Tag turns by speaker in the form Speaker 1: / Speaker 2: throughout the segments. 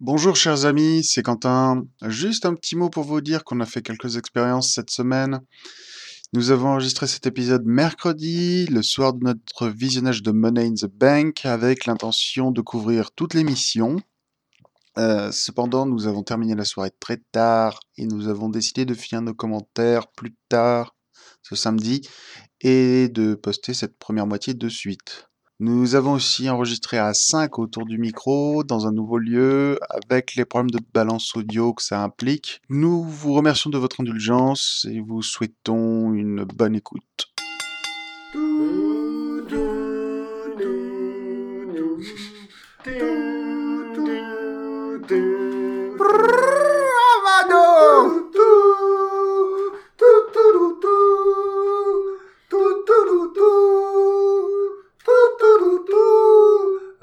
Speaker 1: Bonjour chers amis, c'est Quentin. Juste un petit mot pour vous dire qu'on a fait quelques expériences cette semaine. Nous avons enregistré cet épisode mercredi, le soir de notre visionnage de Money in the Bank, avec l'intention de couvrir toute l'émission. Euh, cependant, nous avons terminé la soirée très tard et nous avons décidé de finir nos commentaires plus tard ce samedi et de poster cette première moitié de suite. Nous avons aussi enregistré à 5 autour du micro, dans un nouveau lieu, avec les problèmes de balance audio que ça implique. Nous vous remercions de votre indulgence et vous souhaitons une bonne écoute.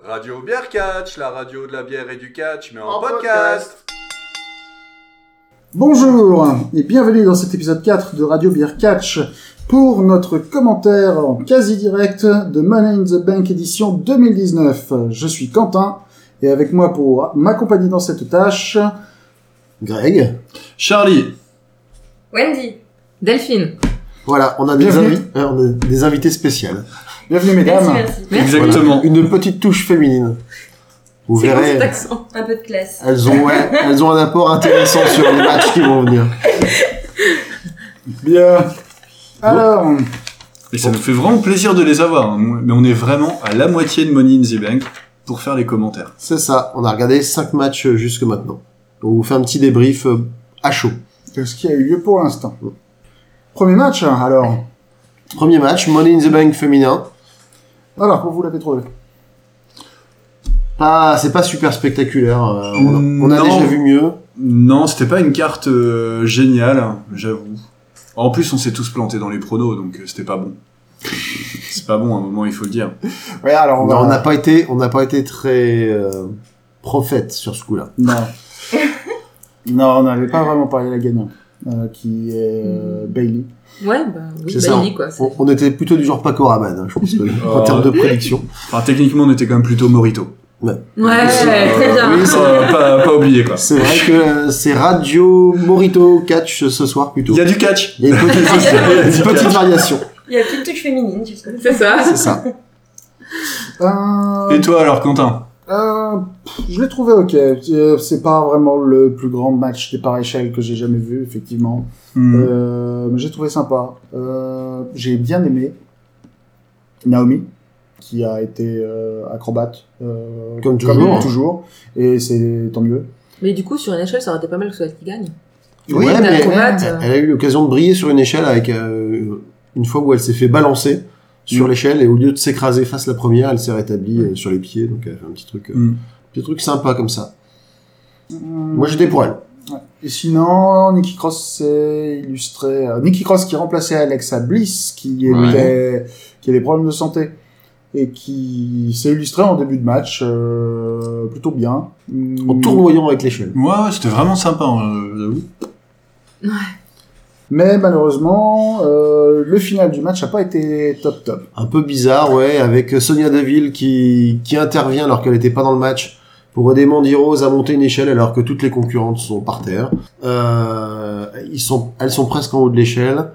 Speaker 2: Radio Bière Catch, la radio de la bière et du catch, mais en,
Speaker 3: En
Speaker 2: podcast.
Speaker 4: Bonjour et bienvenue dans cet épisode 4 de Radio Beer Catch pour notre commentaire en quasi direct de Money in the Bank édition 2019. Je suis Quentin et avec moi pour m'accompagner dans cette tâche, Greg.
Speaker 5: Charlie,
Speaker 6: Wendy. Delphine.
Speaker 3: Voilà, on a des,
Speaker 4: Bienvenue.
Speaker 3: invi- euh, on a des invités spéciales.
Speaker 4: Bienvenue
Speaker 6: Merci,
Speaker 4: mesdames.
Speaker 6: merci.
Speaker 5: exactement.
Speaker 3: Une petite touche féminine. Vous
Speaker 6: C'est quoi cet
Speaker 3: verrez,
Speaker 6: accent Un peu de classe.
Speaker 3: elles ont, ouais, elles ont un apport intéressant sur les matchs qui vont venir.
Speaker 4: Bien. Alors,
Speaker 5: Et ça nous fait vraiment plaisir de les avoir, hein. mais on est vraiment à la moitié de Money in the Bank pour faire les commentaires.
Speaker 3: C'est ça, on a regardé 5 matchs euh, jusque maintenant. On vous fait un petit débrief euh, à chaud.
Speaker 4: de ce qui a eu lieu pour l'instant. Premier match hein, alors.
Speaker 3: Premier match, Money in the Bank féminin.
Speaker 4: Alors, comment vous l'avez trouvé
Speaker 3: Pas, c'est pas super spectaculaire. euh, on a, on a
Speaker 5: Non.
Speaker 3: déjà vu mieux.
Speaker 5: Non, c'était pas une carte euh, géniale, hein, j'avoue. En plus, on s'est tous plantés dans les pronos, donc euh, c'était pas bon. C'est pas bon, à un moment, il faut le dire.
Speaker 4: Ouais, alors
Speaker 3: Non, on n'a pas été, on n'a pas été très euh, prophète sur ce coup-là.
Speaker 4: Non. non, on n'avait pas vraiment parlé de la gagnante, euh, qui est euh, Bailey.
Speaker 6: Ouais, bah oui,
Speaker 3: C'est ça, Oh.
Speaker 6: Bailey, quoi. c'est-
Speaker 3: On, on était plutôt du genre Paco Rabanne, hein, je pense, que, en termes de prédiction.
Speaker 5: Enfin, techniquement, on était quand même plutôt Morito.
Speaker 6: Ouais,
Speaker 5: Euh,
Speaker 6: très bien.
Speaker 5: oui, ça, pas, pas oublié, quoi.
Speaker 3: C'est vrai que euh, c'est Radio Morito Catch ce soir plutôt.
Speaker 5: Il y a du catch
Speaker 3: Il y a une petite, une petite variation,
Speaker 6: Il y a plus de touche féminine, tu sais. C'est ça.
Speaker 3: c'est ça.
Speaker 4: Euh,
Speaker 5: Et toi, alors, Quentin
Speaker 4: euh, pff, je l'ai trouvé ok. Euh, C'est pas vraiment le plus grand match des par échelle que j'ai jamais vu, effectivement.
Speaker 3: Mm.
Speaker 5: Hmm.
Speaker 4: Euh, mais j'ai trouvé sympa. Euh, j'ai bien aimé Naomi, qui a été euh, acrobate. euh,
Speaker 3: Comme toujours. hein.
Speaker 4: toujours. Et c'est tant mieux.
Speaker 6: Mais du coup, sur une échelle, ça aurait été pas mal que ce soit elle qui gagne.
Speaker 3: Oui,
Speaker 6: Ouais,
Speaker 3: mais
Speaker 6: t'as acrobate.
Speaker 3: elle, elle a eu l'occasion de briller sur une échelle avec euh, une fois où elle s'est fait balancer sur
Speaker 4: Mm.
Speaker 3: l'échelle et au lieu de s'écraser face la première, elle s'est rétablie euh, sur les pieds, donc elle a fait un petit truc, euh,
Speaker 5: Mm.
Speaker 3: petit truc sympa comme ça.
Speaker 4: Mm.
Speaker 3: Moi j'étais pour elle.
Speaker 4: Et sinon, Nikki Cross s'est illustré. euh, Nikki Cross qui remplaçait Alexa Bliss, qui était,
Speaker 5: Ouais.
Speaker 4: qui a des problèmes de santé et qui s'est illustré en début de match euh, plutôt bien.
Speaker 3: En tournoyant avec l'échelle.
Speaker 5: Ouais, ouais, c'était vraiment sympa, hein, j'avoue.
Speaker 4: Mais malheureusement, euh, le final du match n'a pas été top top.
Speaker 3: un peu bizarre, ouais, avec Sonia Deville qui, qui intervient alors qu'elle n'était pas dans le match pour aider Mandy Rose à monter une échelle alors que toutes les concurrentes sont par terre. Euh, ils sont, elles sont presque en haut de l'échelle.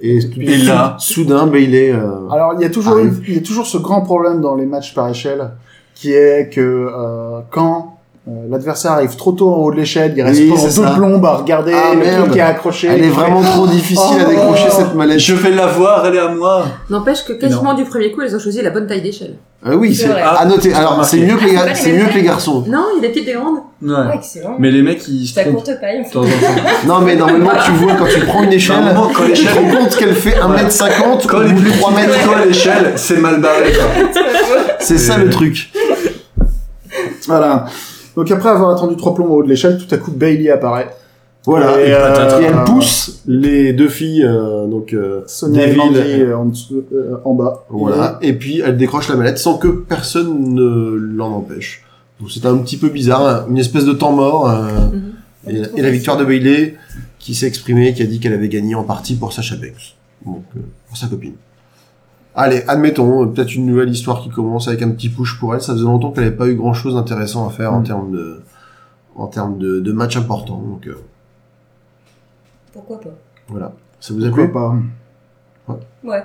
Speaker 3: Et, tout-
Speaker 5: Et là-
Speaker 3: soudain, Bailey, euh,
Speaker 4: Alors il y a toujours,
Speaker 3: Arrive.
Speaker 4: il y a toujours ce grand problème dans les matchs par échelle, qui est que euh, quand euh, l'adversaire arrive trop tôt en haut de l'échelle, il reste
Speaker 3: Oui,
Speaker 4: pendant deux
Speaker 3: c'est ça.
Speaker 4: plombes à regarder
Speaker 3: Ah,
Speaker 4: le
Speaker 3: merde.
Speaker 4: truc qui est accroché.
Speaker 3: elle
Speaker 4: qui
Speaker 3: est
Speaker 4: fait-
Speaker 3: vraiment trop difficile à
Speaker 4: Oh.
Speaker 3: décrocher cette mallette.
Speaker 5: Je vais l'avoir, elle est à moi
Speaker 6: N'empêche que quasiment du premier coup, elles ont choisi la bonne taille d'échelle.
Speaker 3: Euh, oui, c'est
Speaker 6: C'est vrai.
Speaker 3: à noter.
Speaker 5: j'ai
Speaker 3: Alors,
Speaker 5: remarqué.
Speaker 3: c'est mieux que les,
Speaker 6: Ah, c'est
Speaker 3: gar-
Speaker 6: pas les
Speaker 3: c'est
Speaker 6: mêmes
Speaker 3: mieux que les
Speaker 6: tailles.
Speaker 3: garçons.
Speaker 6: Non, il y a des petites et des grandes.
Speaker 5: Ouais.
Speaker 6: Ah, excellent.
Speaker 5: Mais les mecs, ils se trompent.
Speaker 6: courte paille.
Speaker 5: de temps en temps.
Speaker 3: Non, mais normalement, tu vois quand tu prends une échelle,
Speaker 5: Normalement,
Speaker 3: tu
Speaker 5: quand
Speaker 3: te
Speaker 5: l'échelle-
Speaker 3: rends compte qu'elle fait 1m50
Speaker 5: Quand les
Speaker 3: ou
Speaker 5: plus
Speaker 3: 3
Speaker 5: petites
Speaker 3: mètres.
Speaker 5: sont à l'échelle, c'est mal barré. quoi.
Speaker 3: C'est ça le truc.
Speaker 4: Voilà. Donc après avoir attendu trois plombs au haut de l'échelle, tout à coup Bailey apparaît.
Speaker 3: Voilà.
Speaker 4: Et, euh,
Speaker 3: Et elle pousse les deux filles, euh, donc euh,
Speaker 4: Sonia et
Speaker 3: Deville,
Speaker 4: Mandy,
Speaker 3: euh,
Speaker 4: euh, en, dessous- euh, en bas.
Speaker 3: voilà, et puis elle décroche la mallette sans que personne ne l'en empêche. Donc c'était un petit peu bizarre, hein, une espèce de temps mort. euh,
Speaker 6: Mhm.
Speaker 3: et, et la victoire de Bailey qui s'est exprimée, qui a dit qu'elle avait gagné en partie pour Sacha Banks, donc euh, pour sa copine. Allez, admettons, euh, peut-être une nouvelle histoire qui commence avec un petit push pour elle. Ça faisait longtemps qu'elle n'avait pas eu grand-chose d'intéressant à faire en
Speaker 4: Mhm.
Speaker 3: termes de en termes de, de matchs importants. Donc euh,
Speaker 7: Pourquoi pas
Speaker 3: voilà, ça vous a
Speaker 4: Pourquoi
Speaker 3: plu
Speaker 4: pas
Speaker 7: Ouais.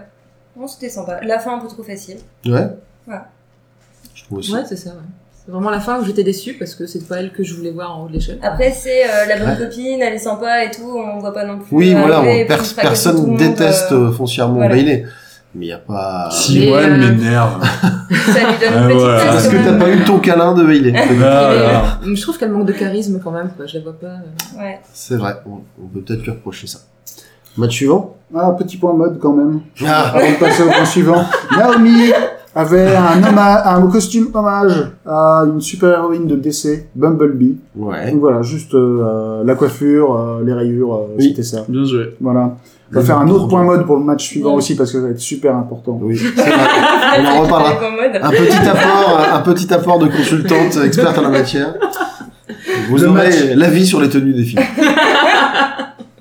Speaker 7: Non, c'était sympa. La fin un peu trop facile.
Speaker 3: Ouais.
Speaker 7: Ouais.
Speaker 3: Je trouve aussi.
Speaker 6: Ouais, c'est ça, ouais. C'est vraiment la fin où j'étais déçue parce que c'est pas elle que je voulais voir en haut de l'échelle.
Speaker 7: Après, c'est euh, la bonne copine, elle est sympa et tout, on voit pas non plus.
Speaker 3: Oui,
Speaker 7: arriver,
Speaker 3: voilà, on-
Speaker 7: et puis
Speaker 3: pers-
Speaker 7: se fracasser tout le
Speaker 3: personne
Speaker 7: monde,
Speaker 3: déteste
Speaker 7: euh,
Speaker 3: euh, foncièrement
Speaker 7: voilà.
Speaker 3: Bailey. Mais il n'y a pas.
Speaker 5: Si,
Speaker 6: Mais,
Speaker 5: moi, elle
Speaker 6: euh,
Speaker 5: m'énerve.
Speaker 7: Ça lui
Speaker 5: Ah,
Speaker 7: donne une petite euh,
Speaker 5: voilà.
Speaker 7: place
Speaker 3: euh, Parce que
Speaker 7: quand
Speaker 3: t'as
Speaker 7: même.
Speaker 3: pas eu ton câlin de Bailey.
Speaker 5: Là,
Speaker 6: Mais,
Speaker 5: là.
Speaker 6: euh, je trouve qu'elle manque de charisme quand même, quoi. Je la vois pas. euh.
Speaker 7: Ouais.
Speaker 3: C'est vrai, on, on peut peut-être lui reprocher ça. Match suivant
Speaker 4: Ah, petit point mode quand même.
Speaker 3: Ah,
Speaker 4: Avant de passer au point suivant, Naomi avait un, homma- un costume hommage à une super-héroïne de DC, Bumblebee.
Speaker 3: Ouais.
Speaker 4: Donc voilà, juste euh, la coiffure, euh, les rayures, euh,
Speaker 3: Oui.
Speaker 4: c'était ça.
Speaker 5: Bien joué.
Speaker 4: Voilà. On va faire un autre point mode pour le match suivant aussi parce que ça va être super important.
Speaker 3: Oui, c'est vrai. On en Ah. reparlera.
Speaker 7: Avec en mode.
Speaker 3: Un petit apport, euh, un petit apport de consultante experte en la matière. Vous
Speaker 4: Le
Speaker 3: aurez
Speaker 4: match.
Speaker 3: l'avis sur les tenues des filles.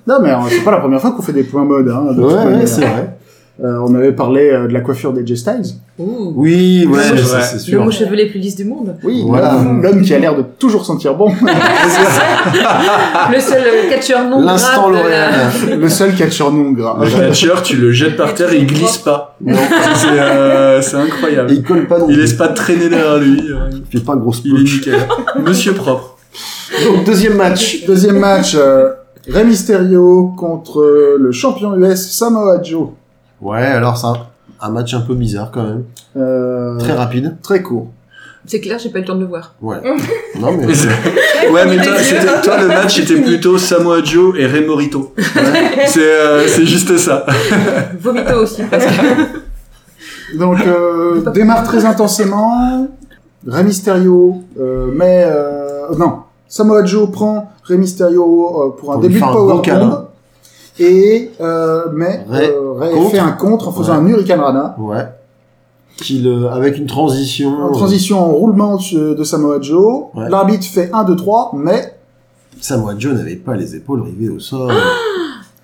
Speaker 4: Non mais euh, c'est pas la première fois qu'on fait des points mode. Hein, de toute
Speaker 3: Ouais, ouais,
Speaker 4: manière.
Speaker 3: c'est vrai.
Speaker 4: Euh, on avait parlé euh, de la coiffure des Styles.
Speaker 6: Ouh.
Speaker 3: Oui, ouais,
Speaker 5: C'est
Speaker 3: ça,
Speaker 5: vrai.
Speaker 3: c'est
Speaker 6: L'homme
Speaker 3: sûr.
Speaker 6: aux cheveux les plus lisses du monde.
Speaker 4: Oui,
Speaker 3: Voilà.
Speaker 4: l'homme- l'homme qui a l'air de toujours sentir bon.
Speaker 6: Le seul euh, catcheur non
Speaker 3: Ah. L'instant
Speaker 6: grave de la-
Speaker 3: L'Oréal.
Speaker 4: le seul catcheur non gras.
Speaker 5: Le catcheur, tu le jettes par terre et il glisse pas.
Speaker 3: Non.
Speaker 5: C'est euh, c'est
Speaker 3: Et
Speaker 5: incroyable.
Speaker 3: il colle pas non
Speaker 5: Il
Speaker 3: plus.
Speaker 5: laisse pas traîner derrière lui. euh,
Speaker 3: Il fait pas un gros
Speaker 5: Il est
Speaker 3: sploosh.
Speaker 5: nickel. Monsieur propre.
Speaker 4: Donc deuxième match. Deuxième match. Euh, Rey Mysterio contre euh, le champion US Samoa Joe.
Speaker 3: Ouais, alors ça, un match un peu bizarre quand même.
Speaker 4: Euh,
Speaker 3: Très rapide.
Speaker 4: très court.
Speaker 6: C'est clair, j'ai pas eu le temps de le voir.
Speaker 3: Ouais. Non, mais.
Speaker 5: Ouais, mais toi, c'était- toi, le match était plutôt Samoa Joe et Ray Morito. C'est euh, c'est juste ça.
Speaker 6: Vomito aussi, parce que
Speaker 4: Donc euh, démarre très intensément. Rey Mysterio euh, met euh, non Samoa Joe prend Rey Mysterio euh, pour un
Speaker 3: Pour lui
Speaker 4: début de
Speaker 3: faire un gros
Speaker 4: power
Speaker 3: câlin.
Speaker 4: et euh, mais
Speaker 3: Rey
Speaker 4: euh, Rey
Speaker 3: contre.
Speaker 4: fait un contre en faisant
Speaker 3: Ouais.
Speaker 4: un Hurricane Rana.
Speaker 3: Ouais. Qu'il, euh, avec une transition.
Speaker 4: En transition en roulement de de Samoa Joe,
Speaker 3: Oh. Ouais.
Speaker 4: l'arbitre fait 1 2 3 mais
Speaker 3: Samoa Joe n'avait pas les épaules rivées au sol.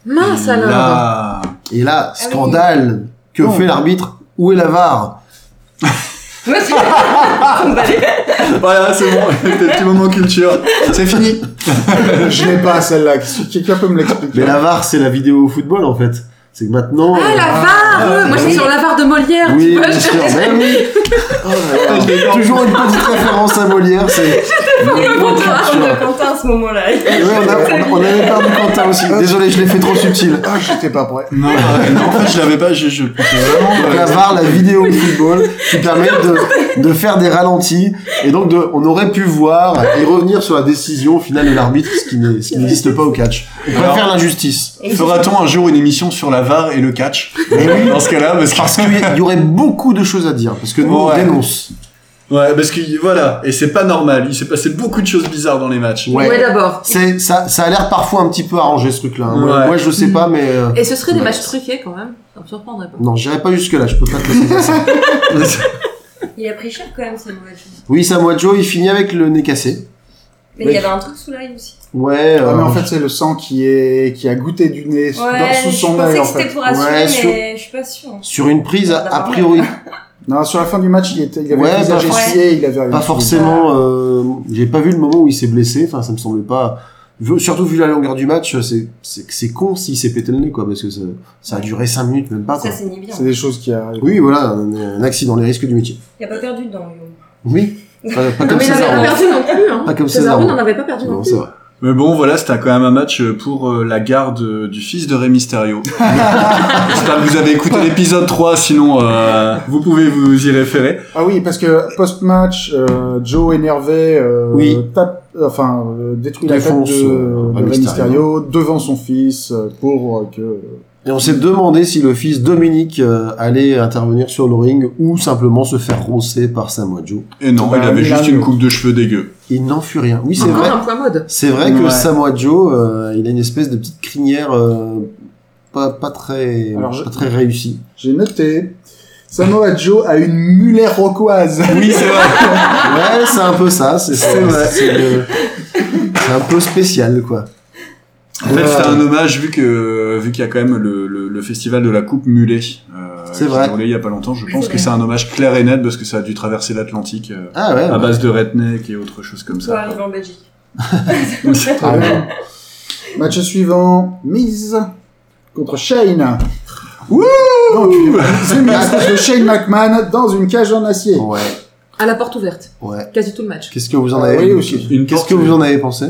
Speaker 6: mince alors.
Speaker 5: Là.
Speaker 3: Et
Speaker 6: Ah
Speaker 3: là, scandale. Que
Speaker 4: Non.
Speaker 3: fait l'arbitre Où est la VAR
Speaker 7: Monsieur,
Speaker 5: Voilà, c'est bon. Petit moment culture.
Speaker 3: C'est fini.
Speaker 4: je n'ai pas celle-là. Qu'est-ce- Quelqu'un peut me l'expliquer
Speaker 3: Mais la VAR, c'est la vidéo au football en fait. C'est que maintenant.
Speaker 6: Ah, la
Speaker 3: euh,
Speaker 6: VAR
Speaker 3: ah,
Speaker 6: ouais, Moi, j'étais
Speaker 3: oui.
Speaker 6: sur la VAR de Molière,
Speaker 3: Oui,
Speaker 6: tu vois.
Speaker 3: bien
Speaker 6: je-
Speaker 3: sûr, mais oui. Oh là là. Toujours une petite référence à Molière, c'est.
Speaker 7: on parle de Quentin à ce moment-là.
Speaker 3: Ouais, on, a- on- on avait perdu Quentin aussi. Désolé, je l'ai fait trop subtil.
Speaker 4: Ah, j'étais pas prêt.
Speaker 5: Non, euh, non, en fait, je l'avais pas. Je, je-
Speaker 3: Donc, la VAR, la vidéo au football, qui permet de, de faire des ralentis. Et donc, de, on aurait pu voir et revenir sur la décision finale de l'arbitre, ce qui n'est- ce qui n'existe pas au catch. On
Speaker 5: Alors-
Speaker 3: préfère l'injustice.
Speaker 5: Fera-t-on un jour une émission sur la VAR et le catch Dans ce cas-là, parce que.
Speaker 3: Parce qu'il y aurait beaucoup de choses à dire, parce que nous, on
Speaker 5: Ouais.
Speaker 3: dénonce.
Speaker 5: Ouais, parce que voilà, et c'est pas normal. Il s'est passé beaucoup de choses bizarres dans les matchs.
Speaker 6: Ouais, d'abord.
Speaker 3: C'est ça, ça a l'air parfois un petit peu arrangé ce truc-là. hein.
Speaker 5: Ouais.
Speaker 3: Moi, je sais pas, mais euh,
Speaker 6: Et ce serait des
Speaker 3: Ouais.
Speaker 6: matchs truqués quand même. Ça me surprendrait pas.
Speaker 3: non, j'irai pas jusque là. Je peux pas te laisser faire ça.
Speaker 7: Il a pris cher quand même, c'est mauvais chose.
Speaker 3: Oui, Samoa Joe, il finit avec le nez cassé.
Speaker 7: Mais il y avait un truc sous l'œil aussi.
Speaker 3: Ouais.
Speaker 4: Ah,
Speaker 3: euh,
Speaker 4: mais en fait, c'est le sang qui est qui a goûté du nez dans-
Speaker 7: Ouais,
Speaker 4: sous
Speaker 7: je
Speaker 4: son œil
Speaker 7: pensais
Speaker 4: en
Speaker 7: que c'était
Speaker 4: fait.
Speaker 7: pour assurer,
Speaker 3: Ouais, sur-
Speaker 7: mais je suis pas sûre.
Speaker 3: Sur une prise, a, a priori,
Speaker 4: Non, sur la fin du match, il, était, il avait
Speaker 3: Ouais,
Speaker 4: le visage
Speaker 3: pas-
Speaker 4: essuyé, il avait rien.
Speaker 3: pas forcément. euh, J'ai pas vu le moment où il s'est blessé. Enfin, ça me semblait pas. vu- Surtout vu la longueur du match, c'est c'est c'est con s'il s'est pété le nez, quoi, parce que ça, ça a duré 5 minutes, même pas. Quoi.
Speaker 7: Ça, c'est ni bien.
Speaker 4: C'est des choses qui arrivent.
Speaker 3: Oui, voilà, un, un accident, les risques du métier.
Speaker 7: Il a pas perdu dedans, hein. Léo.
Speaker 3: Oui. Pas, pas
Speaker 6: Non,
Speaker 3: comme
Speaker 6: mais il n'avait pas
Speaker 3: César.
Speaker 6: perdu non plus. Hein.
Speaker 3: Pas comme
Speaker 6: César
Speaker 3: César.
Speaker 6: n'en avait pas perdu non,
Speaker 3: Non,
Speaker 6: plus.
Speaker 3: c'est vrai.
Speaker 5: Mais bon, voilà, c'était quand même un match pour euh, la garde euh, du fils de Rey Mysterio. J'espère que vous avez écouté l'épisode 3, sinon euh, vous pouvez vous y référer.
Speaker 4: Ah oui, parce que post-match, euh, Joe énervé euh,
Speaker 3: Oui.
Speaker 4: tape, enfin euh, détruit la tête
Speaker 3: Défonce,
Speaker 4: de,
Speaker 3: euh,
Speaker 4: de
Speaker 3: Rey
Speaker 4: Rey Mysterio devant son fils euh, pour euh, que.
Speaker 3: Et on s'est demandé si le fils Dominique euh, allait intervenir sur le ring ou simplement se faire roncer par Samoa Joe.
Speaker 5: Et non,
Speaker 4: Bah,
Speaker 5: il avait
Speaker 4: il a
Speaker 5: juste
Speaker 4: un
Speaker 5: une
Speaker 4: autre.
Speaker 5: coupe de cheveux dégueu.
Speaker 3: Il n'en fut rien. Oui, c'est
Speaker 6: Encore
Speaker 3: vrai.
Speaker 6: un point mode.
Speaker 3: C'est vrai que
Speaker 5: Ouais.
Speaker 3: Samoa Joe, euh, il a une espèce de petite crinière euh, pas, pas très
Speaker 4: Alors, je-
Speaker 3: pas très réussie.
Speaker 4: J'ai noté. Samoa Joe a une mulette rocoise.
Speaker 5: Oui, c'est vrai.
Speaker 4: Ah
Speaker 3: Ouais, c'est un peu ça. C'est c'est- c'est le- c'est un peu spécial, quoi.
Speaker 5: En fait, c'était un hommage vu que vu qu'il y a quand même le, le, le festival de la coupe mulet. euh,
Speaker 3: C'est
Speaker 5: qui
Speaker 3: vrai.
Speaker 5: a roulé il y a pas longtemps. Je pense
Speaker 7: C'est
Speaker 5: que c'est un hommage clair et net parce que ça a dû traverser l'Atlantique euh,
Speaker 3: Ah ouais.
Speaker 5: à
Speaker 3: ouais.
Speaker 5: base de redneck et autres choses comme
Speaker 7: Soit
Speaker 5: ça.
Speaker 7: arrivé en Belgique.
Speaker 3: Ah
Speaker 4: Très bien. Match suivant, Miz contre Shane.
Speaker 5: Wouh
Speaker 4: Donc, c'est Miz contre Shane McMahon dans une cage en acier.
Speaker 3: Ouais,
Speaker 6: À la porte ouverte,
Speaker 3: ouais.
Speaker 6: quasi tout le match.
Speaker 3: Qu'est-ce que vous en
Speaker 4: Ah
Speaker 3: avez
Speaker 4: oui, aussi.
Speaker 5: Une
Speaker 3: Qu'est-ce
Speaker 5: porte-
Speaker 3: que vous en avez pensé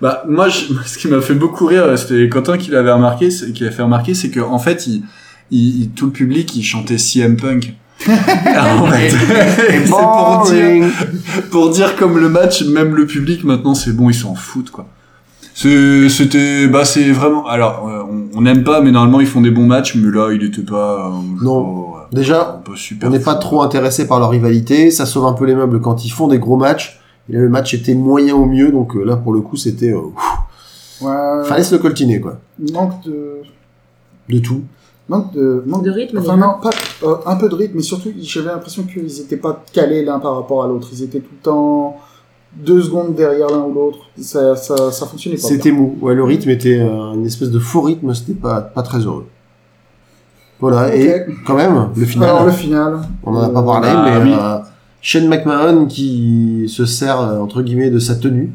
Speaker 5: Bah moi, je- moi, ce qui m'a fait beaucoup rire, euh, c'était Quentin qui l'avait remarqué, c'est- qui l'a fait remarquer, c'est que en fait, il, il- il- tout le public, il chantait CM Punk. Ah, en fait. c'est pour dire, pour dire comme le match, même le public maintenant, c'est bon, ils s'en foutent quoi. C'est- C'était, bah c'est vraiment. Alors, euh, on- on n'aime pas, mais normalement ils font des bons matchs. Mais là, il était pas. euh,
Speaker 3: Non.
Speaker 5: oh, ouais.
Speaker 3: Déjà,
Speaker 5: Un peu super
Speaker 3: on n'est pas
Speaker 5: fou.
Speaker 3: trop intéressé par leur rivalité, ça sauve un peu les meubles quand ils font des gros matchs. Et là, le match était moyen au mieux, donc euh, là, pour le coup, c'était... Euh,
Speaker 4: Ouais,
Speaker 3: fallait se le coltiner, quoi.
Speaker 4: manque de,
Speaker 3: De tout.
Speaker 4: manque de, manque
Speaker 6: De rythme,
Speaker 4: Enfin
Speaker 6: déjà.
Speaker 4: non, pas euh, un peu de rythme, mais surtout j'avais l'impression qu'ils étaient pas calés l'un par rapport à l'autre. Ils étaient tout le temps deux secondes derrière l'un ou l'autre. Ça, ça, ça fonctionnait pas.
Speaker 3: C'était mou. Ouais, le rythme était euh, une espèce de faux rythme, c'était pas, pas très heureux. Voilà,
Speaker 4: Ok.
Speaker 3: et quand même, le final,
Speaker 4: Alors le final.
Speaker 3: on en a pas
Speaker 4: Euh,
Speaker 3: parlé,
Speaker 5: ah,
Speaker 3: mais
Speaker 5: oui.
Speaker 3: euh, Shane McMahon qui se sert, euh, entre guillemets, de sa tenue,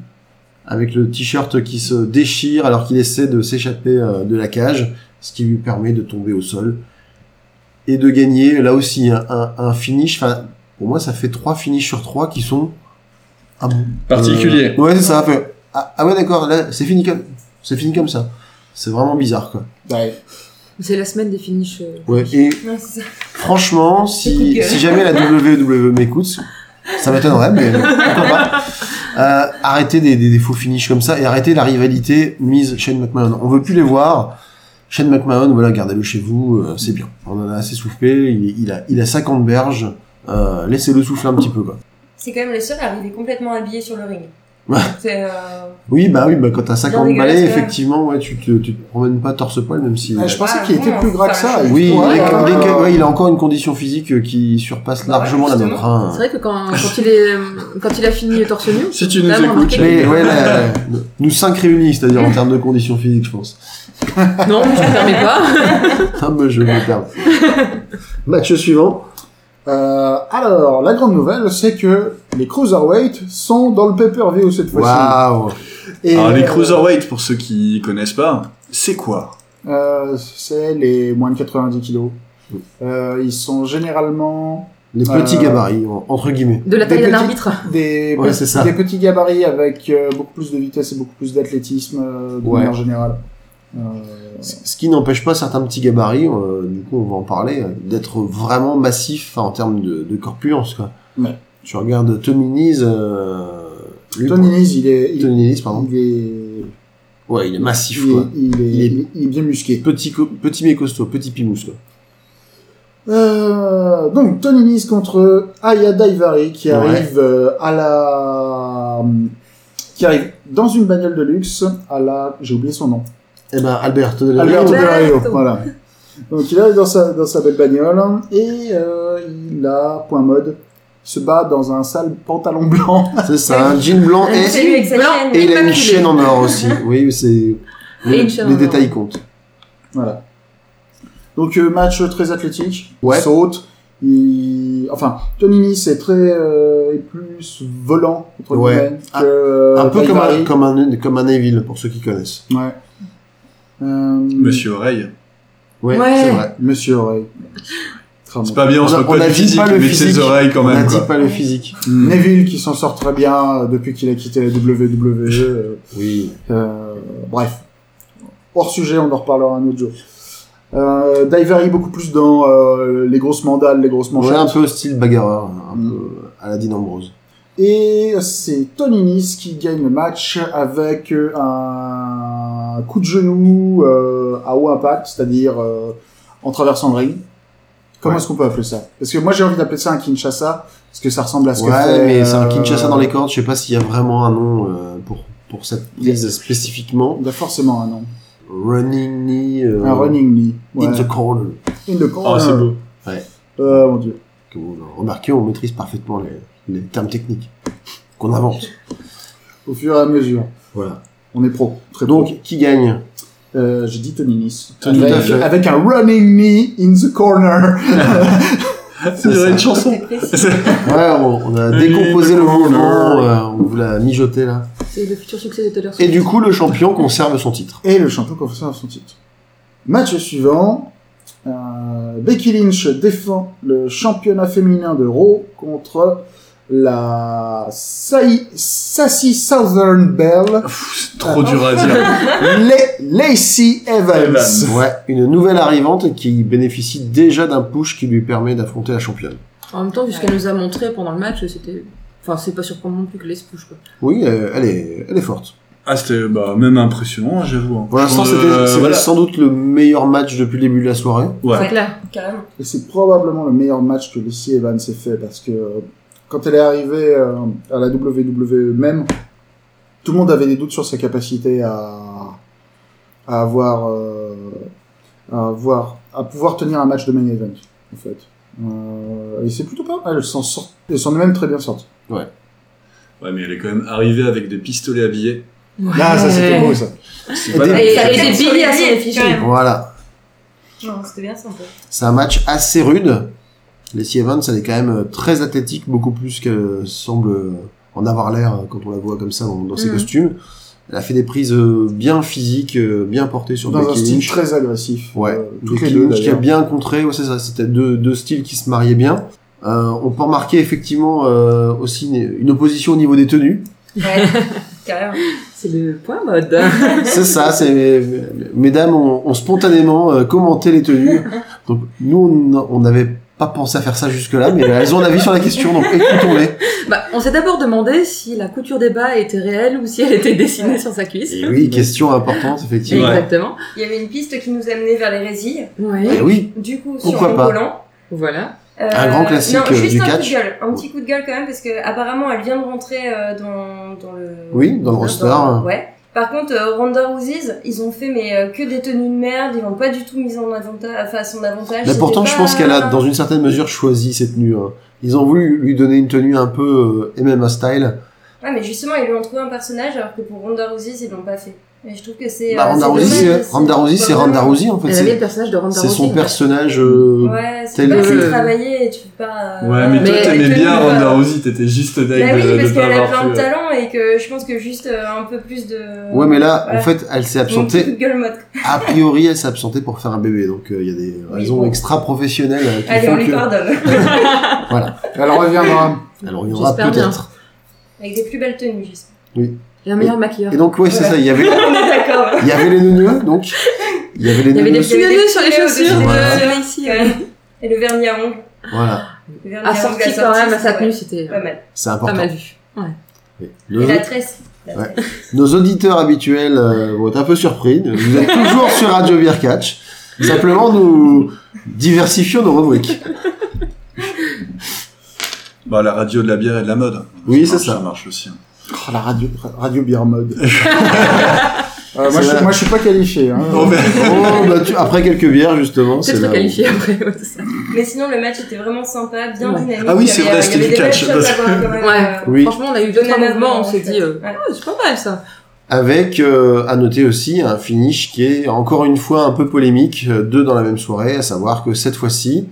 Speaker 3: avec le t-shirt qui se déchire alors qu'il essaie de s'échapper euh, de la cage, ce qui lui permet de tomber au sol, et de gagner, là aussi, un, un- un finish, enfin, pour moi, ça fait trois finishes sur trois qui sont... à bout.
Speaker 5: particulier.
Speaker 3: Euh, ouais, c'est ça. un peu. Ah, ah ouais, d'accord, là, c'est fini comme, c'est fini comme ça. C'est vraiment bizarre, quoi.
Speaker 4: ouais.
Speaker 6: C'est la semaine des finishes. euh,
Speaker 3: Ouais. Et
Speaker 7: Non, c'est ça.
Speaker 3: franchement,
Speaker 7: Coup de
Speaker 3: si,
Speaker 7: gueule.
Speaker 3: si jamais la WWE m'écoute, ça m'étonnerait, mais pourquoi pas. Euh, arrêtez des, des, des faux finishes comme ça et arrêtez la rivalité mise Shane McMahon. On veut plus les voir. Shane McMahon, voilà, gardez-le chez vous, euh, c'est bien. On en a assez soufflé, il, il a, il a 50 berges. Euh, laissez-le souffler un petit peu, quoi.
Speaker 7: C'est quand même le seul à arriver complètement habillé sur le ring.
Speaker 3: Ouais.
Speaker 7: C'est, euh,
Speaker 3: Oui, bah oui, bah quand t'as 50
Speaker 7: dégueulasse,
Speaker 3: balais,
Speaker 7: quand même.
Speaker 3: effectivement, ouais, tu te, tu te promènes pas torse-poil, même si...
Speaker 4: Ah, je pensais
Speaker 7: Ah,
Speaker 4: qu'il était
Speaker 7: non,
Speaker 4: plus gras que
Speaker 7: ça,
Speaker 4: ça. Ouais,
Speaker 3: Oui, il, est-
Speaker 4: euh,
Speaker 3: il est- ouais, il a encore une condition physique euh, qui surpasse
Speaker 7: Bah ouais,
Speaker 3: largement la
Speaker 7: justement.
Speaker 3: nôtre. hein.
Speaker 6: C'est vrai que quand, quand, il est, euh, quand il a fini torse nu,
Speaker 5: Si tu nous
Speaker 6: vraiment
Speaker 5: écoutes,
Speaker 6: marqué.
Speaker 3: Mais ouais, là, nous cinq réunis, c'est-à-dire en termes de condition physique, je pense.
Speaker 6: Non, je ne permets pas.
Speaker 3: Ah, mais je me perds. Match suivant.
Speaker 4: euh, alors la grande nouvelle, c'est que les cruiserweights sont dans le pay-per-view cette fois-ci.
Speaker 3: Waouh.
Speaker 4: Et,
Speaker 5: Alors les
Speaker 4: euh,
Speaker 5: cruiserweight, pour ceux qui connaissent pas, c'est quoi
Speaker 4: euh, c'est les moins de 90 kilos. Euh, ils sont généralement
Speaker 3: Les petits
Speaker 4: Euh,
Speaker 3: gabarits, en- entre guillemets.
Speaker 6: De la
Speaker 4: Des
Speaker 6: taille d'un
Speaker 4: petits-
Speaker 6: arbitre.
Speaker 4: des,
Speaker 3: Ouais,
Speaker 4: pe-
Speaker 3: c'est ça.
Speaker 4: des petits gabarits avec euh, beaucoup plus de vitesse et beaucoup plus d'athlétisme euh, de
Speaker 3: Ouais.
Speaker 4: manière générale. Euh,
Speaker 3: C- Ce qui n'empêche pas certains petits gabarits, euh, du coup, on va en parler, euh, d'être vraiment massifs enfin, en termes de, de corpulence, quoi.
Speaker 4: Ouais.
Speaker 3: Tu regardes Tony Nese, euh, lui,
Speaker 4: Tony
Speaker 3: quoi.
Speaker 4: Nese, il est, il,
Speaker 3: Tony Nese, pardon.
Speaker 4: il est,
Speaker 3: Ouais, il est massif,
Speaker 4: il est-
Speaker 3: quoi.
Speaker 4: il est-
Speaker 3: Il est-
Speaker 4: il est- il est bien musclé.
Speaker 3: Petit, co- petit mais costaud, petit pimousse, quoi.
Speaker 4: Euh, donc Tony Nese contre Aya Daivari qui
Speaker 3: Ouais.
Speaker 4: arrive euh, à la, qui arrive dans une bagnole de luxe à la, j'ai oublié son nom.
Speaker 3: Eh ben, Alberto de la
Speaker 4: Alberto
Speaker 6: Rio.
Speaker 4: Del Rio,
Speaker 6: Alberto.
Speaker 4: voilà. Donc il arrive dans sa, dans sa belle bagnole et euh, il a point mode. Il se bat dans un sale pantalon blanc.
Speaker 3: C'est ça, un jean blanc et,
Speaker 7: C'est lui avec sa
Speaker 6: Blanc.
Speaker 7: chaîne.
Speaker 3: et il a une
Speaker 6: Immaculé.
Speaker 3: chaîne en or aussi. Oui, c'est
Speaker 6: Et
Speaker 3: les,
Speaker 6: une chaîne
Speaker 3: les
Speaker 6: en or.
Speaker 3: détails comptent.
Speaker 4: voilà. Donc euh, match très athlétique.
Speaker 3: Ouais.
Speaker 4: Il saute. Il... Enfin, Tony Nese est très euh, est plus volant entre
Speaker 3: Ouais.
Speaker 4: guillemets,
Speaker 3: Un-
Speaker 4: que
Speaker 3: Un peu comme un,
Speaker 4: Daivari.
Speaker 3: comme un comme un Neville pour ceux qui connaissent.
Speaker 4: Ouais. Euh,
Speaker 3: Hmm.
Speaker 5: Monsieur Oreille.
Speaker 3: Ouais,
Speaker 6: Ouais.
Speaker 3: c'est vrai.
Speaker 4: Monsieur Oreille. Très bon.
Speaker 5: C'est pas bien, on se
Speaker 3: On a-
Speaker 5: moque
Speaker 3: on
Speaker 5: pas
Speaker 3: a
Speaker 5: du
Speaker 3: dit
Speaker 5: physique,
Speaker 3: pas le
Speaker 5: mais de ses
Speaker 3: physique.
Speaker 5: oreilles quand
Speaker 3: On n'a
Speaker 5: même.
Speaker 3: dit
Speaker 5: quoi.
Speaker 3: pas le physique.
Speaker 4: Neville qui s'en sort très bien euh, depuis qu'il a quitté la WWE. euh,
Speaker 3: Oui.
Speaker 4: Euh, bref, hors sujet, on en reparlera un autre jour. Euh, Daivari beaucoup plus dans euh, les grosses mandales, les grosses
Speaker 3: On est un
Speaker 4: manchettes.
Speaker 3: peu style bagarreur, un
Speaker 4: Mm.
Speaker 3: peu à la Dean Ambrose.
Speaker 4: Et c'est Tony Nese qui gagne le match avec euh, un coup de genou euh, à haut impact, c'est-à-dire euh, en traversant le ring. Comment
Speaker 3: Ouais.
Speaker 4: est-ce qu'on peut appeler ça Parce que moi j'ai envie d'appeler ça un Kinshasa, parce que ça ressemble à ce
Speaker 3: Ouais,
Speaker 4: que fait...
Speaker 3: mais c'est un
Speaker 4: euh,
Speaker 3: Kinshasa dans les cordes. Je sais pas s'il y a vraiment un nom euh, pour pour cette prise spécifiquement.
Speaker 4: Il y a forcément un nom.
Speaker 3: Running knee. euh,
Speaker 4: Un running knee. Ouais.
Speaker 3: in the Ah, corner.
Speaker 4: In the
Speaker 5: Oh, c'est beau.
Speaker 4: Euh, mon dieu.
Speaker 3: Comme vous le remarquez, on maîtrise parfaitement les, les termes techniques qu'on avance.
Speaker 4: Au fur et à mesure.
Speaker 3: Voilà.
Speaker 4: On est pro. Très pro.
Speaker 3: Donc, qui gagne
Speaker 4: Euh, j'ai dit Tony Nice.
Speaker 5: Tony
Speaker 4: avec,
Speaker 3: Nice, ouais.
Speaker 4: avec un running knee in the corner.
Speaker 5: Il y aurait Ah, une chanson.
Speaker 7: C'était précis.
Speaker 3: Ouais, on, on a
Speaker 5: Et
Speaker 3: décomposé
Speaker 5: les
Speaker 3: le mouvement,
Speaker 5: couleurs.
Speaker 3: euh, on vous l'a mijoté là.
Speaker 6: C'est le futur succès de Taylor Swift.
Speaker 3: Et du coup, le champion conserve son titre.
Speaker 4: Et le champion conserve son titre. Match suivant. euh, Becky Lynch défend le championnat féminin de Raw contre la Sai- Sassy Southern Belle,
Speaker 5: Pff, C'est trop dur à dire.
Speaker 4: La- Lacey Evans.
Speaker 5: Evans.
Speaker 3: Ouais, une nouvelle arrivante qui bénéficie déjà d'un push qui lui permet d'affronter la championne.
Speaker 6: En même temps, vu ce qu'elle nous a montré pendant le match, c'était. Enfin, c'est pas surprenant non plus que les push, quoi.
Speaker 3: Oui, euh, elle est, elle est forte.
Speaker 5: Ah, c'était bah, même impressionnant, j'avoue. hein.
Speaker 3: Pour l'instant,
Speaker 5: Je
Speaker 3: c'était
Speaker 5: pense, euh,
Speaker 3: c'était
Speaker 5: voilà.
Speaker 3: sans doute le meilleur match depuis le début de la soirée.
Speaker 5: Ouais.
Speaker 6: C'est clair.
Speaker 7: Carrément.
Speaker 4: Et c'est probablement le meilleur match que Lacey Evans ait fait parce que euh, quand elle est arrivée euh, à la WWE même, tout le monde avait des doutes sur sa capacité à, à avoir, euh, à avoir, à pouvoir tenir un match de main event, en fait. Euh, et c'est plutôt pas, elle s'en sort, elle s'en est même très bien sortie.
Speaker 5: Ouais, mais elle est quand même arrivée avec des pistolets à billets.
Speaker 4: Ah, ça c'était
Speaker 6: Ouais.
Speaker 4: beau ça.
Speaker 5: C'est pas
Speaker 3: Et-
Speaker 5: dingue.
Speaker 6: Et,
Speaker 7: Ça
Speaker 6: et
Speaker 7: claque
Speaker 6: des
Speaker 7: sur
Speaker 6: billets
Speaker 7: les
Speaker 6: à s'en
Speaker 7: billets,
Speaker 6: afficher.
Speaker 7: carrément.
Speaker 3: Voilà,
Speaker 7: Non, c'était bien sympa.
Speaker 3: c'est un match assez rude. Lacey Evans, elle est quand même euh, très athlétique, beaucoup plus qu'elle semble euh, en avoir l'air euh, quand on la voit comme ça dans, dans ses
Speaker 7: Mhm.
Speaker 3: costumes. Elle a fait des prises euh, bien physiques, euh, bien portées sur
Speaker 4: Dans un
Speaker 3: Becky
Speaker 4: style
Speaker 3: Lynch.
Speaker 4: très agressif.
Speaker 3: Ouais,
Speaker 4: Euh,
Speaker 3: tout
Speaker 4: toutes les
Speaker 3: qui,
Speaker 4: deux
Speaker 3: qui a
Speaker 4: d'ailleurs.
Speaker 3: bien contré, ouais, c'est ça, c'était deux, deux styles qui se mariaient bien. Euh, on peut remarquer effectivement euh, aussi une, une opposition au niveau des tenues.
Speaker 7: Ouais, carrément.
Speaker 6: C'est le point mode.
Speaker 3: C'est ça, c'est mesdames ont, ont spontanément euh, commenté les tenues. Donc nous on- on n'avait pas pensé à faire ça jusque là, mais elles ont un avis sur la question, donc écoutons-les.
Speaker 6: bah, on s'est d'abord demandé si la couture des bas était réelle ou si elle était dessinée
Speaker 7: Ouais.
Speaker 6: sur sa cuisse.
Speaker 3: Et oui, question importante effectivement.
Speaker 5: Ouais.
Speaker 6: Exactement.
Speaker 7: Il y avait une piste qui nous amenait vers les résilles.
Speaker 6: Oui.
Speaker 3: Et oui,
Speaker 7: Du coup,
Speaker 3: Pourquoi
Speaker 7: sur
Speaker 3: pas
Speaker 7: le volant.
Speaker 6: Voilà.
Speaker 7: euh,
Speaker 3: Un grand classique,
Speaker 7: non,
Speaker 3: euh,
Speaker 7: juste
Speaker 3: du
Speaker 7: un
Speaker 3: catch.
Speaker 7: Coup de gueule, un petit coup de gueule quand même, parce que apparemment elle vient de rentrer euh, dans, dans le.
Speaker 3: oui, dans le roster. euh,
Speaker 7: Ouais. Par contre, euh, Ronda Rousey, ils ont fait mais euh, que des tenues de merde. Ils l'ont pas du tout mise en avantage, enfin à son avantage.
Speaker 3: Mais pourtant, je
Speaker 7: C'était Ah, pas-
Speaker 3: pense qu'elle a, dans une certaine mesure, choisi cette tenue. hein. Ils ont voulu lui donner une tenue un peu euh, MMA style,
Speaker 7: Ouais, mais justement, ils lui ont trouvé un personnage alors que pour Ronda Rousey, ils l'ont pas fait. Et je trouve que c'est.
Speaker 3: Bah,
Speaker 7: euh,
Speaker 3: Ronda
Speaker 7: c'est
Speaker 3: Rousey,
Speaker 7: dommage,
Speaker 3: c'est Ronda Rousey, c'est Ronda Rousey en fait.
Speaker 6: Elle avait le
Speaker 3: C'est
Speaker 6: personnage de Ronda
Speaker 3: c'est son
Speaker 6: Rousey.
Speaker 3: personnage. euh,
Speaker 7: Ouais, c'est
Speaker 3: Tel
Speaker 7: pas
Speaker 3: le-
Speaker 7: assez travaillé et tu peux pas. euh,
Speaker 5: Ouais, mais, toi,
Speaker 6: Mais-
Speaker 5: t'aimais
Speaker 7: les
Speaker 5: bien
Speaker 7: tenues,
Speaker 5: Ronda
Speaker 7: euh,
Speaker 5: Rousey, t'étais juste deg
Speaker 7: Bah oui,
Speaker 5: de, de
Speaker 7: parce
Speaker 5: pas
Speaker 7: qu'elle a
Speaker 5: avoir
Speaker 7: plein de
Speaker 5: pu. euh,
Speaker 7: talent et que je pense que juste euh, un peu plus de.
Speaker 3: Ouais, mais là,
Speaker 7: Voilà.
Speaker 3: en fait, elle s'est
Speaker 7: Mon petit coup de
Speaker 3: absentée.
Speaker 7: gueule mode.
Speaker 3: A priori, elle s'est absentée pour faire un bébé, donc euh, il y a des raisons
Speaker 7: bon.
Speaker 3: extra-professionnelles euh, qui
Speaker 7: Allez, on
Speaker 3: font
Speaker 7: lui
Speaker 3: que
Speaker 7: pardonne.
Speaker 4: Elle reviendra. Euh,
Speaker 3: elle reviendra
Speaker 6: J'espère bien.
Speaker 3: peut-être.
Speaker 7: Avec des plus belles tenues, j'espère.
Speaker 6: Et un meilleur maquilleur.
Speaker 3: Et donc, ouais, c'est
Speaker 7: Ouais.
Speaker 3: ça. Il y avait,
Speaker 7: On est d'accord. hein.
Speaker 3: il y avait les neuneux, donc il y avait les
Speaker 6: Il y avait des
Speaker 3: neuneux.
Speaker 6: petits nœuds sur les
Speaker 7: Ouais.
Speaker 6: chaussures euh, de
Speaker 7: Ouais.
Speaker 6: Lacey.
Speaker 7: Ouais. Et le vernis à ongles.
Speaker 3: Voilà,
Speaker 7: Le vernis à ongles
Speaker 6: Assorti quand même à sa
Speaker 7: ouais.
Speaker 6: tenue, c'était
Speaker 7: Pas mal.
Speaker 3: c'est
Speaker 6: pas
Speaker 3: important.
Speaker 6: mal vu. Ouais.
Speaker 3: Oui.
Speaker 7: Et
Speaker 3: Nos,
Speaker 7: la tresse. La
Speaker 3: Ouais.
Speaker 7: tresse.
Speaker 3: nos auditeurs habituels euh, vont être un peu surpris. Vous êtes toujours sur Radio Beer Catch. Simplement, nous diversifions nos rubriques.
Speaker 5: Bah, la radio de la bière et de la mode.
Speaker 3: Oui, c'est
Speaker 5: marche,
Speaker 3: ça.
Speaker 5: Ça marche aussi. hein.
Speaker 4: Oh, la radio, radio beer mode. Euh,
Speaker 3: C'est
Speaker 4: moi, je,
Speaker 3: vrai.
Speaker 4: moi, je suis pas qualifié. Hein.
Speaker 5: Oh, mais-
Speaker 3: Oh, bah, tu- après quelques bières, justement.
Speaker 6: Peut-être le
Speaker 3: là où-
Speaker 6: qualifier après, ouais, c'est ça.
Speaker 7: Mais sinon, le match était vraiment sympa, bien
Speaker 6: Ouais.
Speaker 7: dynamique.
Speaker 5: Ah oui,
Speaker 7: Il y
Speaker 5: c'est
Speaker 7: avait-
Speaker 5: vrai, c'était
Speaker 7: il y avait
Speaker 5: du
Speaker 7: des
Speaker 5: catch.
Speaker 7: belles choses à voir quand même,
Speaker 6: Ouais.
Speaker 7: euh,
Speaker 3: Oui.
Speaker 6: Franchement, on a eu deux, trois
Speaker 7: Donnez-moi
Speaker 6: mouvements, on
Speaker 7: vraiment,
Speaker 6: s'est
Speaker 7: en fait.
Speaker 6: dit, euh,
Speaker 7: Ouais.
Speaker 6: Ah, c'est pas mal ça.
Speaker 3: Avec, euh, à noter aussi, un finish qui est encore une fois un peu polémique, euh, deux dans la même soirée, à savoir que cette fois-ci,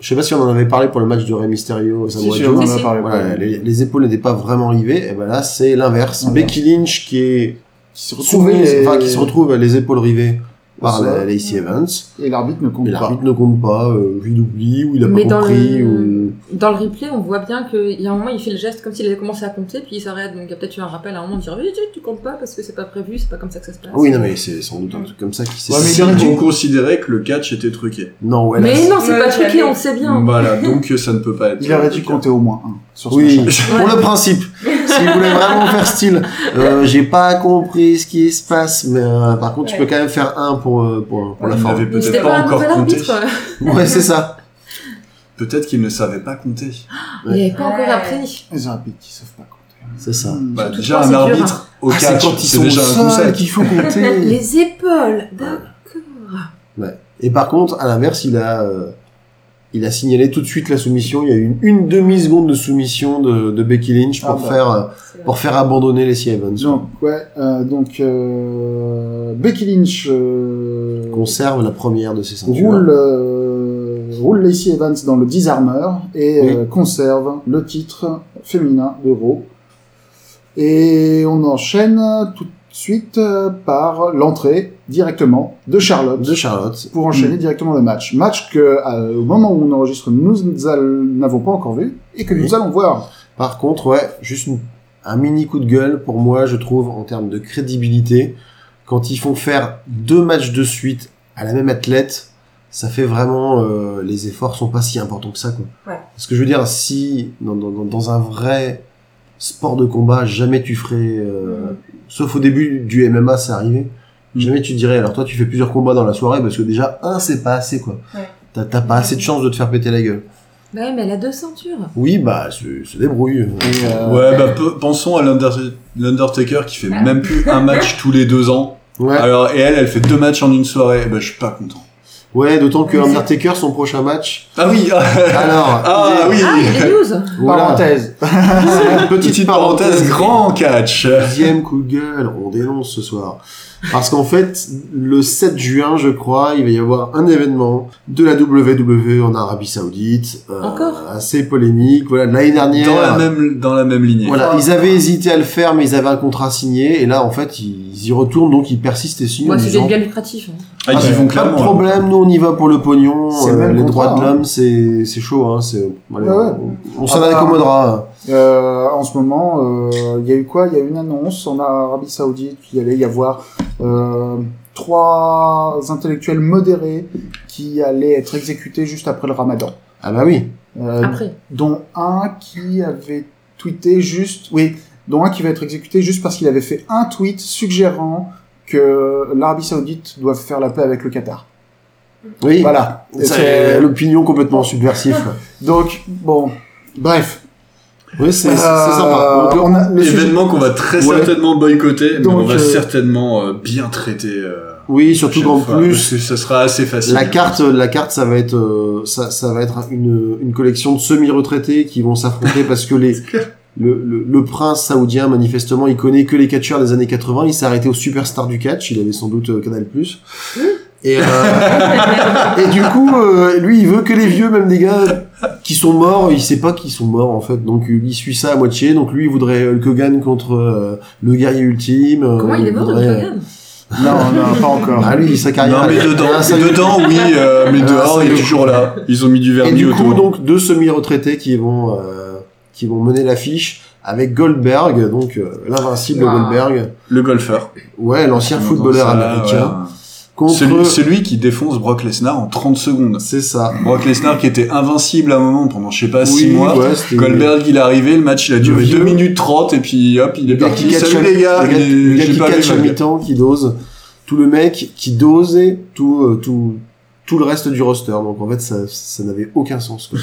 Speaker 3: je sais pas si on en avait parlé pour le match de Rey Mysterio,
Speaker 4: Si,
Speaker 3: Samoa
Speaker 4: si,
Speaker 3: Joe,
Speaker 4: on en a
Speaker 6: Si, si.
Speaker 4: parlé.
Speaker 3: voilà, les, les épaules n'étaient pas vraiment rivées, et ben là c'est l'inverse.
Speaker 4: Voilà.
Speaker 3: Becky Lynch qui est
Speaker 4: Qui se retrouve
Speaker 3: soumise-
Speaker 4: et-
Speaker 3: enfin, qui se retrouve les épaules rivées par
Speaker 4: Au sol.
Speaker 3: la, Lacey Evans,
Speaker 4: Et l'arbitre ne
Speaker 3: mais
Speaker 4: compte pas.
Speaker 3: l'arbitre ne compte pas, euh, il oublie ou il a
Speaker 6: Mais
Speaker 3: pas
Speaker 6: dans
Speaker 3: compris
Speaker 6: le-
Speaker 3: ou
Speaker 6: Dans le replay, on voit bien qu'il y a un moment, il fait le geste comme s'il avait commencé à compter, puis il s'arrête. Donc il y a peut-être eu un rappel à un moment, dire oui, tu, tu comptes pas parce que c'est pas prévu, c'est pas comme ça que ça se passe.
Speaker 3: Ah oui non mais c'est sans doute un truc comme ça qui s'est
Speaker 4: Ouais, mais
Speaker 5: Si
Speaker 4: il aurait dû-
Speaker 5: on considérait que le catch était truqué.
Speaker 3: non ouais là,
Speaker 6: Mais
Speaker 3: c'est-
Speaker 6: non, c'est
Speaker 7: Ouais,
Speaker 6: pas
Speaker 7: j'allais.
Speaker 6: truqué, on le sait bien.
Speaker 5: Voilà, donc euh, ça ne peut pas être.
Speaker 4: Il aurait dû
Speaker 5: truqué.
Speaker 4: compter au moins un sur ce
Speaker 3: Oui,
Speaker 4: machin.
Speaker 3: pour le principe. Si vous voulez vraiment faire style, euh, j'ai pas compris ce qui se passe, mais euh, par contre, tu peux
Speaker 7: Ouais.
Speaker 3: quand même faire un pour, euh, pour, pour la
Speaker 5: Il n'avait
Speaker 3: forme.
Speaker 6: Mais
Speaker 5: peut-être pas encore
Speaker 6: nouvel
Speaker 5: compté.
Speaker 6: arbitre.
Speaker 3: Ouais, c'est ça.
Speaker 5: Peut-être qu'il ne savait pas compter.
Speaker 6: Il n'y avait pas encore
Speaker 7: Ouais.
Speaker 6: appris.
Speaker 4: Les arbitres qui savent
Speaker 3: Bah,
Speaker 4: pas compter.
Speaker 3: C'est ça.
Speaker 4: Hmm.
Speaker 5: Bah,
Speaker 6: Surtout
Speaker 5: déjà
Speaker 6: quand
Speaker 5: un
Speaker 6: c'est dur, hein.
Speaker 5: arbitre au
Speaker 3: Ah,
Speaker 5: catch,
Speaker 3: c'est quand ils
Speaker 5: c'est
Speaker 3: sont
Speaker 5: déjà un
Speaker 3: seuls
Speaker 5: conseil.
Speaker 3: qu'il faut compter.
Speaker 6: Les épaules, Bah d'accord.
Speaker 3: Et par contre, à l'inverse, il a, euh, il a signalé tout de suite la soumission. Il y a eu une, une demi-seconde de soumission de, de Becky Lynch pour
Speaker 4: Ah bah.
Speaker 3: faire, euh,
Speaker 7: c'est vrai.
Speaker 3: pour faire abandonner les Evans.
Speaker 4: Donc, ouais, euh, donc euh, Becky Lynch euh,
Speaker 3: Conserve la première de ses ceintures.
Speaker 4: roule euh, roule Lacey Evans dans le Disarmer et euh, conserve le titre féminin de Raw. Et on enchaîne tout de suite euh, par l'entrée directement de Charlotte
Speaker 3: de Charlotte. Hmm.
Speaker 4: pour enchaîner directement le match. Match que, euh, au moment où on enregistre, nous n'all- n'avons pas encore vu et que nous
Speaker 3: Oui.
Speaker 4: allons voir.
Speaker 3: Par contre, ouais, juste une- un mini coup de gueule pour moi, je trouve, en termes de crédibilité. Quand ils font faire deux matchs de suite à la même athlète, ça fait vraiment euh, les efforts sont pas si importants que ça quoi.
Speaker 7: Ouais.
Speaker 3: Parce que je veux dire, si dans, dans- dans- dans un vrai sport de combat, jamais tu ferais, euh,
Speaker 7: Mm-hmm.
Speaker 3: sauf au début du MMA, c'est arrivé. Jamais tu dirais, alors toi tu fais plusieurs combats dans la soirée parce que déjà un c'est pas assez quoi.
Speaker 7: Ouais.
Speaker 3: T'as- T'as pas assez de chance de te faire péter la gueule.
Speaker 6: Bah ouais, mais elle a deux ceintures.
Speaker 3: Oui bah se, se débrouille.
Speaker 7: Mm-hmm.
Speaker 4: Et, euh,
Speaker 5: Ouais, bah pe- pensons à l'Underta- l'Undertaker qui fait même plus un match tous les deux ans.
Speaker 3: Ouais.
Speaker 5: Alors, et elle, elle fait deux matchs en une soirée. Bah, je suis pas content.
Speaker 3: Ouais, d'autant que
Speaker 7: Mais c'est-
Speaker 3: Undertaker, son prochain match.
Speaker 5: Ah oui
Speaker 3: Alors,
Speaker 5: Ah
Speaker 3: il est-
Speaker 5: oui
Speaker 6: Ah, il y a des news
Speaker 3: voilà.
Speaker 4: Parenthèse.
Speaker 3: C'est une
Speaker 5: Petite parenthèse, grand catch
Speaker 3: Deuxième coup de gueule, on dénonce ce soir. Parce qu'en fait, le 7 juin, je crois, il va y avoir un événement de la WWE en Arabie Saoudite. euh,
Speaker 6: Encore
Speaker 3: Assez polémique. Voilà, l'année dernière.
Speaker 5: dans la, même, dans la même lignée.
Speaker 3: Voilà, ils avaient hésité à le faire, mais ils avaient un contrat signé, et là, en fait, ils y retournent, donc ils persistent et signent. en
Speaker 6: Moi, c'est
Speaker 3: disant,
Speaker 6: bien lucratif. hein.
Speaker 5: Ah, ils y
Speaker 3: Ah, pas
Speaker 5: vont
Speaker 3: de
Speaker 5: clairement.
Speaker 3: problème, nous on y va pour le pognon,
Speaker 4: C'est le
Speaker 3: euh,
Speaker 4: même
Speaker 3: les
Speaker 4: contrat,
Speaker 3: droits de
Speaker 4: hein.
Speaker 3: l'homme, c'est c'est chaud, hein, c'est- allez,
Speaker 4: Ouais, ouais.
Speaker 3: on, on s'en
Speaker 4: Ah bah.
Speaker 3: accommodera.
Speaker 4: Euh, en ce moment, euh, il y a eu quoi Il y a eu une annonce en Arabie Saoudite qu'il allait y avoir euh, trois intellectuels modérés qui allaient être exécutés juste après le Ramadan.
Speaker 3: Ah bah oui,
Speaker 4: Euh,
Speaker 6: Après.
Speaker 4: dont un qui avait tweeté juste, oui, dont un qui va être exécuté juste parce qu'il avait fait un tweet suggérant que l'Arabie Saoudite doit faire la paix avec le Qatar.
Speaker 3: oui,
Speaker 4: Voilà. euh,
Speaker 3: c'est
Speaker 4: C'est-
Speaker 3: l'opinion complètement subversive.
Speaker 4: Donc bon, bref.
Speaker 3: oui, c'est c'est
Speaker 4: Euh,
Speaker 3: sympa. Donc,
Speaker 4: on a le sujet-
Speaker 5: hein. Événement qu'on va très
Speaker 3: Ouais.
Speaker 5: certainement boycotter,
Speaker 4: Donc,
Speaker 5: mais on va
Speaker 4: euh,
Speaker 5: certainement euh, bien traiter. euh,
Speaker 3: oui, surtout
Speaker 5: chaque
Speaker 3: qu'en
Speaker 5: fois, Parce
Speaker 3: plus,
Speaker 5: que ce sera assez facile.
Speaker 3: la carte, la carte, ça va être, euh, ça, ça va être une, une collection de semi-retraités qui vont s'affronter parce que les le, le, le prince saoudien, manifestement, il connaît que les catcheurs des années 80. Il s'est arrêté au superstar du catch. Il avait sans doute euh, Canal+.
Speaker 5: Mmh.
Speaker 3: Et, euh, et du coup, euh, lui, il veut que les vieux, même des gars qui sont morts. Il sait pas qu'ils sont morts en fait. Donc, il suit ça à moitié. Donc, lui, il voudrait Hulk Hogan contre euh, le guerrier ultime. euh,
Speaker 6: Comment il est mort,
Speaker 3: voudrait-
Speaker 6: Hulk Hogan
Speaker 4: Non, non, pas encore.
Speaker 3: Ah, lui, sa carrière.
Speaker 5: Non, mais
Speaker 3: elle-
Speaker 5: dedans,
Speaker 3: elle a cinq-
Speaker 5: dedans oui, euh, mais
Speaker 3: Ah,
Speaker 5: dehors,
Speaker 3: c'est
Speaker 5: il est
Speaker 3: le-
Speaker 5: toujours là. Ils ont mis du
Speaker 3: Et
Speaker 5: vernis
Speaker 3: du
Speaker 5: autour.
Speaker 3: coup, donc deux semi-retraités qui vont euh, qui vont mener l'affiche avec Goldberg, donc euh, l'invincible
Speaker 6: Wow.
Speaker 3: Goldberg,
Speaker 5: Le golfeur.
Speaker 3: ouais, l'ancien
Speaker 5: Dans
Speaker 3: footballeur
Speaker 5: ça,
Speaker 3: américain,
Speaker 5: ouais.
Speaker 3: contre
Speaker 5: Celui, celui qui défonce Brock Lesnar en 30 secondes.
Speaker 3: c'est ça.
Speaker 5: Brock Lesnar qui était invincible à un moment pendant je sais pas 6 mois.
Speaker 3: ouais, c'était-
Speaker 5: Goldberg il est arrivé, le match il a duré
Speaker 3: vieux.
Speaker 5: 2 minutes 30 et puis hop il est
Speaker 3: le gars qui
Speaker 5: parti.
Speaker 3: catch
Speaker 5: Salut
Speaker 3: à-
Speaker 5: les gars,
Speaker 3: le gars-
Speaker 5: il est-
Speaker 3: le gars
Speaker 5: j'ai
Speaker 3: qui
Speaker 5: pas vu
Speaker 3: catch à
Speaker 5: ma gueule.
Speaker 3: mi-temps, qui dose, tout le mec qui dosait tout euh, tout tout le reste du roster. Donc en fait, ça ça n'avait aucun sens. Quoi.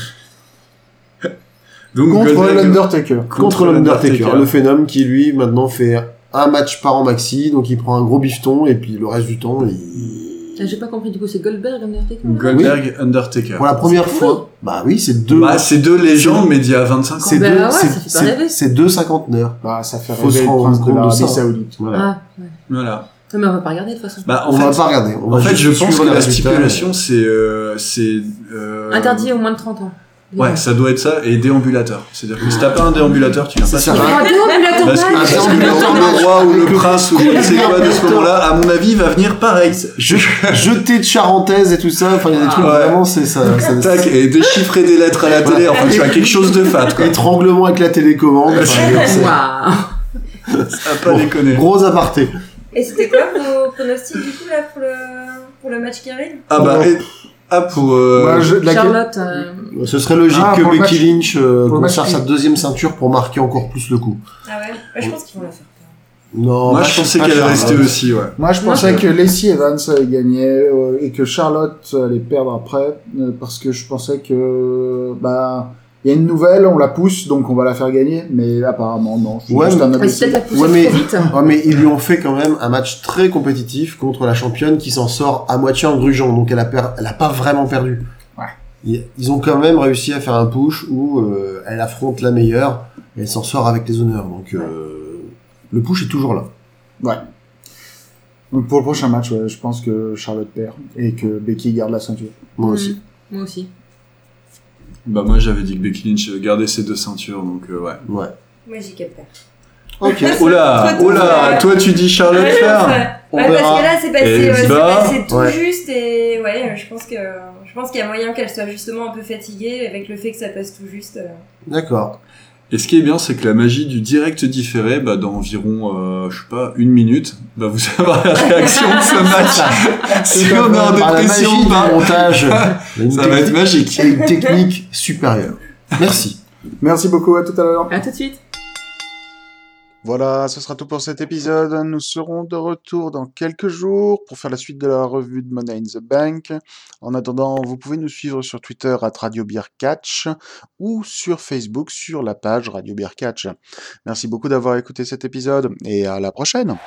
Speaker 5: Donc
Speaker 4: Contre
Speaker 5: Goldberg- euh,
Speaker 4: l'Undertaker.
Speaker 3: contre l'Undertaker, le phénomène qui lui maintenant fait un match par an maxi, donc il prend un gros bifton et puis le reste du temps
Speaker 6: Ah,
Speaker 3: il
Speaker 6: J'ai pas compris, du coup, c'est Goldberg, Undertaker
Speaker 5: Goldberg Undertaker.
Speaker 3: pour la première fois. Bah oui, c'est deux
Speaker 5: Bah, c'est deux légendes mais d'il y a 25 ans.
Speaker 3: c'est
Speaker 6: Bah
Speaker 3: deux
Speaker 6: ouais, ça
Speaker 3: c'est-
Speaker 6: fait pas
Speaker 3: c'est-
Speaker 6: rêver.
Speaker 3: c'est deux cinquantenaires.
Speaker 4: Bah, ça fait
Speaker 3: Faut
Speaker 4: rêver
Speaker 3: se
Speaker 4: le
Speaker 3: rendre
Speaker 4: prince de
Speaker 3: compte de
Speaker 4: l'Arabie
Speaker 3: ça.
Speaker 4: Saoudite.
Speaker 3: Voilà.
Speaker 6: Ah, ouais.
Speaker 5: Voilà.
Speaker 6: Mais on va pas regarder de toute façon.
Speaker 5: Bah, en
Speaker 3: on
Speaker 5: fait,
Speaker 3: va pas regarder. On va
Speaker 5: en fait,
Speaker 3: juste
Speaker 5: je pense
Speaker 3: suivre
Speaker 5: que
Speaker 3: les
Speaker 5: la
Speaker 3: résultats.
Speaker 5: stipulation c'est euh, c'est euh,
Speaker 6: Interdit au moins de 30 ans.
Speaker 5: Ouais, ça doit être ça et déambulateur. C'est-à-dire que si t'as pas un déambulateur, tu viens
Speaker 3: Ça
Speaker 5: pas
Speaker 3: sert
Speaker 6: Ah, Il
Speaker 3: à
Speaker 6: y aura deux ambulateurs
Speaker 5: Parce
Speaker 6: mal.
Speaker 5: que
Speaker 3: Attends, mais attends,
Speaker 5: le roi ou le prince ou je ne sais quoi de ce
Speaker 3: Goldberg.
Speaker 5: moment-là, à mon avis, va venir pareil.
Speaker 3: Je- Jeter de charentaise et tout ça, enfin il y a des trucs
Speaker 5: Ah. Ouais.
Speaker 3: vraiment c'est ça. ça-
Speaker 5: Tac, et déchiffrer des lettres à la télé, enfin, tu as quelque chose de fat, quoi.
Speaker 3: Étranglement avec la télécommande. enfin, c'est-
Speaker 6: Waouh.
Speaker 5: Ça a pas déconner.
Speaker 3: Gros aparté.
Speaker 7: Et c'était quoi vos pronostics du coup là pour le, pour le match qui arrive
Speaker 5: Ah bah, et- ah, pour, euh,
Speaker 4: Bah, je- la-
Speaker 6: Charlotte, euh,
Speaker 3: Ce serait logique
Speaker 4: Ah,
Speaker 3: que
Speaker 4: pour le
Speaker 3: Becky
Speaker 4: match-
Speaker 3: Lynch euh,
Speaker 4: pour le match-
Speaker 3: conserve sa deuxième ceinture pour marquer encore plus le coup.
Speaker 7: Ah ouais, Bah, Je pense qu'ils vont la faire.
Speaker 3: Non,
Speaker 5: moi,
Speaker 3: bah,
Speaker 5: je pensais
Speaker 3: pas
Speaker 5: qu'elle
Speaker 3: Charlotte.
Speaker 5: restait aussi, ouais.
Speaker 4: Moi, je pensais que Lacey Evans allait gagner euh, et que Charlotte allait perdre après euh, parce que je pensais que bah il y a une nouvelle, on la pousse donc on va la faire gagner, mais apparemment non. je suis
Speaker 3: Ouais,
Speaker 4: juste
Speaker 3: mais-
Speaker 4: un
Speaker 6: bah,
Speaker 4: imbécile.
Speaker 6: c'est peut-être la poussée
Speaker 3: Ouais, mais-
Speaker 6: trop vite.
Speaker 3: Ouais, Oh, mais ils lui ont fait quand même un match très compétitif contre la championne qui s'en sort à moitié en grugeant, donc elle a, per- elle a pas vraiment perdu.
Speaker 4: Ouais.
Speaker 3: Ils ils ont quand même réussi à faire un push où euh, elle affronte la meilleure et elle s'en sort avec les honneurs. Donc euh, le push est toujours là.
Speaker 4: Donc, pour le prochain match, ouais, je pense que Charlotte perd et que Becky garde la ceinture.
Speaker 3: Moi
Speaker 6: Mhm.
Speaker 3: aussi.
Speaker 6: Moi aussi.
Speaker 8: Bah moi j'avais dit que Becky Lynch gardait ses deux ceintures, donc euh, ouais.
Speaker 3: Ouais.
Speaker 7: Moi, j'ai qu'à faire.
Speaker 3: Ok.
Speaker 8: Oh là,
Speaker 7: Toi,
Speaker 8: oh
Speaker 7: toi,
Speaker 8: là,
Speaker 7: tu-
Speaker 8: toi tu dis Charlotte
Speaker 7: Ouais,
Speaker 8: Flair.
Speaker 7: ouais.
Speaker 3: On
Speaker 7: Ouais,
Speaker 3: verra.
Speaker 7: parce que là, c'est passé,
Speaker 8: Et
Speaker 7: euh, c'est
Speaker 8: Ziba.
Speaker 7: passé tout
Speaker 3: Ouais.
Speaker 7: juste et ouais, euh, je pense que je pense qu'il y a moyen qu'elle soit justement un peu fatiguée avec le fait que ça passe tout juste. euh.
Speaker 3: D'accord.
Speaker 8: Et ce qui est bien, c'est que la magie du direct différé, bah dans environ, euh, je sais pas, une minute, bah vous avoir la réaction de ce match. si on est en
Speaker 3: Par Ah, la
Speaker 8: dépression,
Speaker 3: magie
Speaker 8: ou pas.
Speaker 3: du montage. une
Speaker 8: ça va être
Speaker 3: technique-
Speaker 8: magique.
Speaker 3: une technique supérieure. Merci.
Speaker 4: Merci beaucoup, à tout à l'heure.
Speaker 6: À tout de suite.
Speaker 1: Voilà, ce sera tout pour cet épisode. Nous serons de retour dans quelques jours pour faire la suite de la revue de Money in the Bank. En attendant, vous pouvez nous suivre sur Twitter à Radio Beer Catch ou sur Facebook sur la page Radio Beer Catch. Merci beaucoup d'avoir écouté cet épisode et à la prochaine.